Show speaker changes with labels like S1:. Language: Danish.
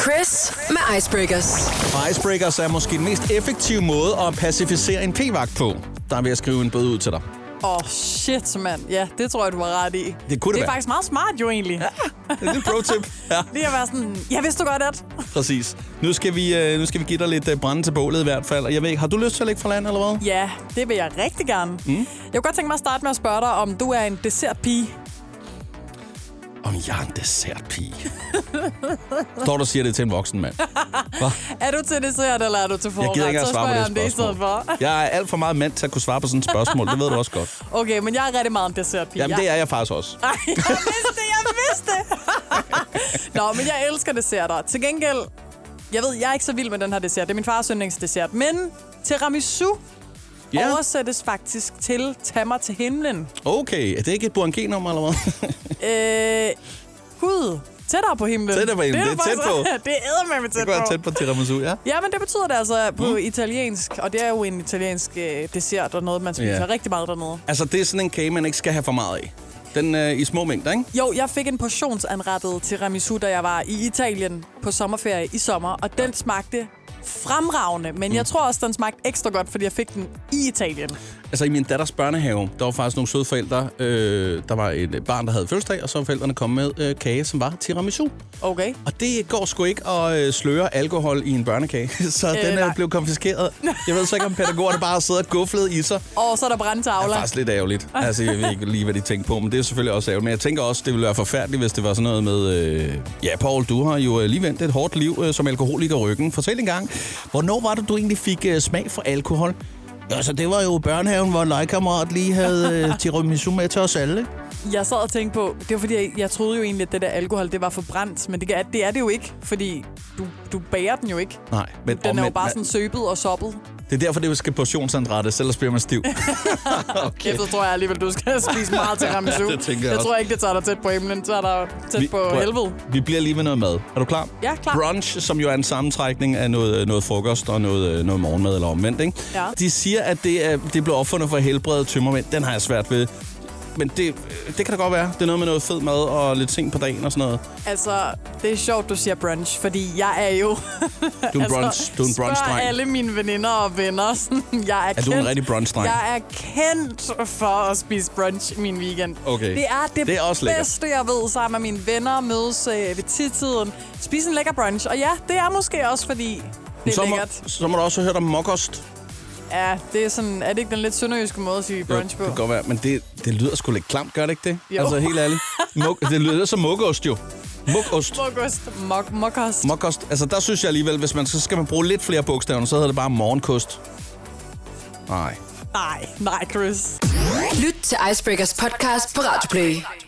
S1: Chris med Icebreakers.
S2: Og icebreakers er måske den mest effektive måde at pacificere en p-vagt på. Der er ved at skrive en bøde ud til dig.
S3: Åh, oh, shit, mand. Ja, det tror jeg, du var ret i.
S2: Det kunne det
S3: Det er
S2: være.
S3: faktisk meget smart jo egentlig. Ja.
S2: Det er en pro-tip. Ja,
S3: Lige at være sådan, ja, vidste du godt, at...
S2: præcis. Nu skal vi, øh, nu skal vi give dig lidt øh, brænde til bålet i hvert fald. Og jeg ved ikke, har du lyst til at lægge for land eller hvad?
S3: Ja, det vil jeg rigtig gerne. Mm. Jeg kunne godt tænke mig at starte med at spørge dig, om du er en dessertpige.
S2: Om jeg er en dessertpige. Står du og siger det til en voksen mand.
S3: Er du til dessert, eller er du til forret?
S2: Jeg gider ikke
S3: så
S2: at svare på
S3: spørger
S2: det
S3: jeg om det i stedet
S2: spørgsmål.
S3: for.
S2: Jeg er alt for meget mand til at kunne svare på sådan et spørgsmål. Det ved du også godt.
S3: Okay, men jeg er rigtig meget en dessertpige.
S2: Jamen,
S3: Jeg-
S2: det er jeg faktisk også.
S3: Ej, jeg vidste det, jeg vidste det. Nå, men jeg elsker desserter. Til gengæld, jeg ved, jeg er ikke så vild med den her dessert. Det er min fars yndlingsdessert. Men tiramisu
S2: Ja,
S3: yeah. oversættes faktisk til tag mig til himlen.
S2: okay. Er det ikke et Burangé-nummer eller hvad?
S3: Øh, Gud, tættere på himlen.
S2: Tættere på himlen,
S3: Det er,
S2: det er tæt
S3: faktisk- det er med tæt
S2: Det går
S3: på.
S2: tæt på tiramisu, ja.
S3: Ja, men det betyder det altså på mm. italiensk, og det er jo en italiensk øh, dessert og noget, man spiser
S2: Ja.
S3: yeah. rigtig meget dernede.
S2: Altså, det er sådan en kage, man ikke skal have for meget af. Den øh, i små mængder, ikke?
S3: Jo, jeg fik en portionsanrettet tiramisu, da jeg var i Italien på sommerferie i sommer, og den smagte fremragende, men
S2: Mm.
S3: jeg tror også, den smagte ekstra godt, fordi jeg fik den i Italien.
S2: Altså, i min datters børnehave, der var faktisk nogle søde forældre. Øh, der var et øh, barn, der havde fødselsdag, og så var forældrene kommet med øh, kage, som var tiramisu.
S3: Okay.
S2: Og det går sgu ikke at øh, sløre alkohol i en børnekage, så øh, den er
S3: nej.
S2: blev konfiskeret. Jeg ved så ikke, om pædagogerne bare sidder og gufflede i sig.
S3: Og så er der
S2: Det er
S3: brændtavler.
S2: faktisk lidt ærgerligt. Altså, jeg ved ikke lige, hvad de tænkte på, men det er selvfølgelig også ærgerligt. Men jeg tænker også, det ville være forfærdeligt, hvis det var sådan noget med... Øh... Ja, Paul, du har jo øh, lige vendt et hårdt liv øh, som alkoholiker i ryggen. Fortæl en gang, hvornår var det, du egentlig fik øh, smag for alkohol? Altså, det var jo børnehaven, hvor en legekammerat lige havde øh, tiramisu med til os alle.
S3: Jeg sad og tænkte på, det var fordi, jeg, jeg troede jo egentlig, at det der alkohol, det var forbrændt, men det, kan- det er det jo ikke, fordi du, du bærer den jo ikke.
S2: Nej, men
S3: Den er jo
S2: omvendt,
S3: bare
S2: man-
S3: sådan søbet og soppet.
S2: Det er derfor, det skal portionsanrettes, ellers bliver man stiv.
S3: Kæft, så tror jeg alligevel, du skal spise meget tiramisu.
S2: Ja, det tænker jeg
S3: jeg
S2: også.
S3: tror ikke, det tager dig tæt på himlen, så er der tæt vi, på
S2: prøv-
S3: helvede.
S2: Vi bliver lige ved noget mad. Er du klar?
S3: Ja, klar.
S2: Brunch, som jo er en sammentrækning af noget, øh, noget frokost og noget, øh, noget morgenmad eller omvendt, ikke?
S3: Ja.
S2: De siger, at det, er, det blev opfundet for at helbrede tømmermænd. Den har jeg svært ved. Men det, øh, det kan da godt være. Det er noget med noget fed mad og lidt sent på dagen og sådan noget.
S3: Altså, det er sjovt, du siger brunch, fordi jeg er jo...
S2: Du er en brunch, du er en brunch
S3: Altså, spørg alle mine veninder og venner. sådan, jeg er, er
S2: du en rigtig brunch-dreng?
S3: Jeg er kendt for at spise brunch i min weekend.
S2: Okay.
S3: Det er det,
S2: Det er også lækkert.
S3: bedste, jeg ved, sammen med mine venner mødes øh, ved tidtiden. Spise en lækker brunch. Og ja, det er måske også, fordi det er
S2: så, må,
S3: lækkert.
S2: så må du også have hørt om mokost.
S3: Ja, det er, sådan, er det ikke den lidt sønderjyske måde at sige brunch på?
S2: Det kan godt være, men det, det lyder sgu lidt klamt, gør det ikke det?
S3: Jo.
S2: Altså helt ærligt. Muk, det lyder som mokost jo. Mokost.
S3: Mokost. Mok mokost.
S2: Mokost, altså der synes jeg alligevel, hvis man så skal man bruge lidt flere bogstaver, så hedder det bare morgenkost. Nej.
S3: nej, nej, Chris.
S1: Lyt til Icebreakers podcast på Radioplay.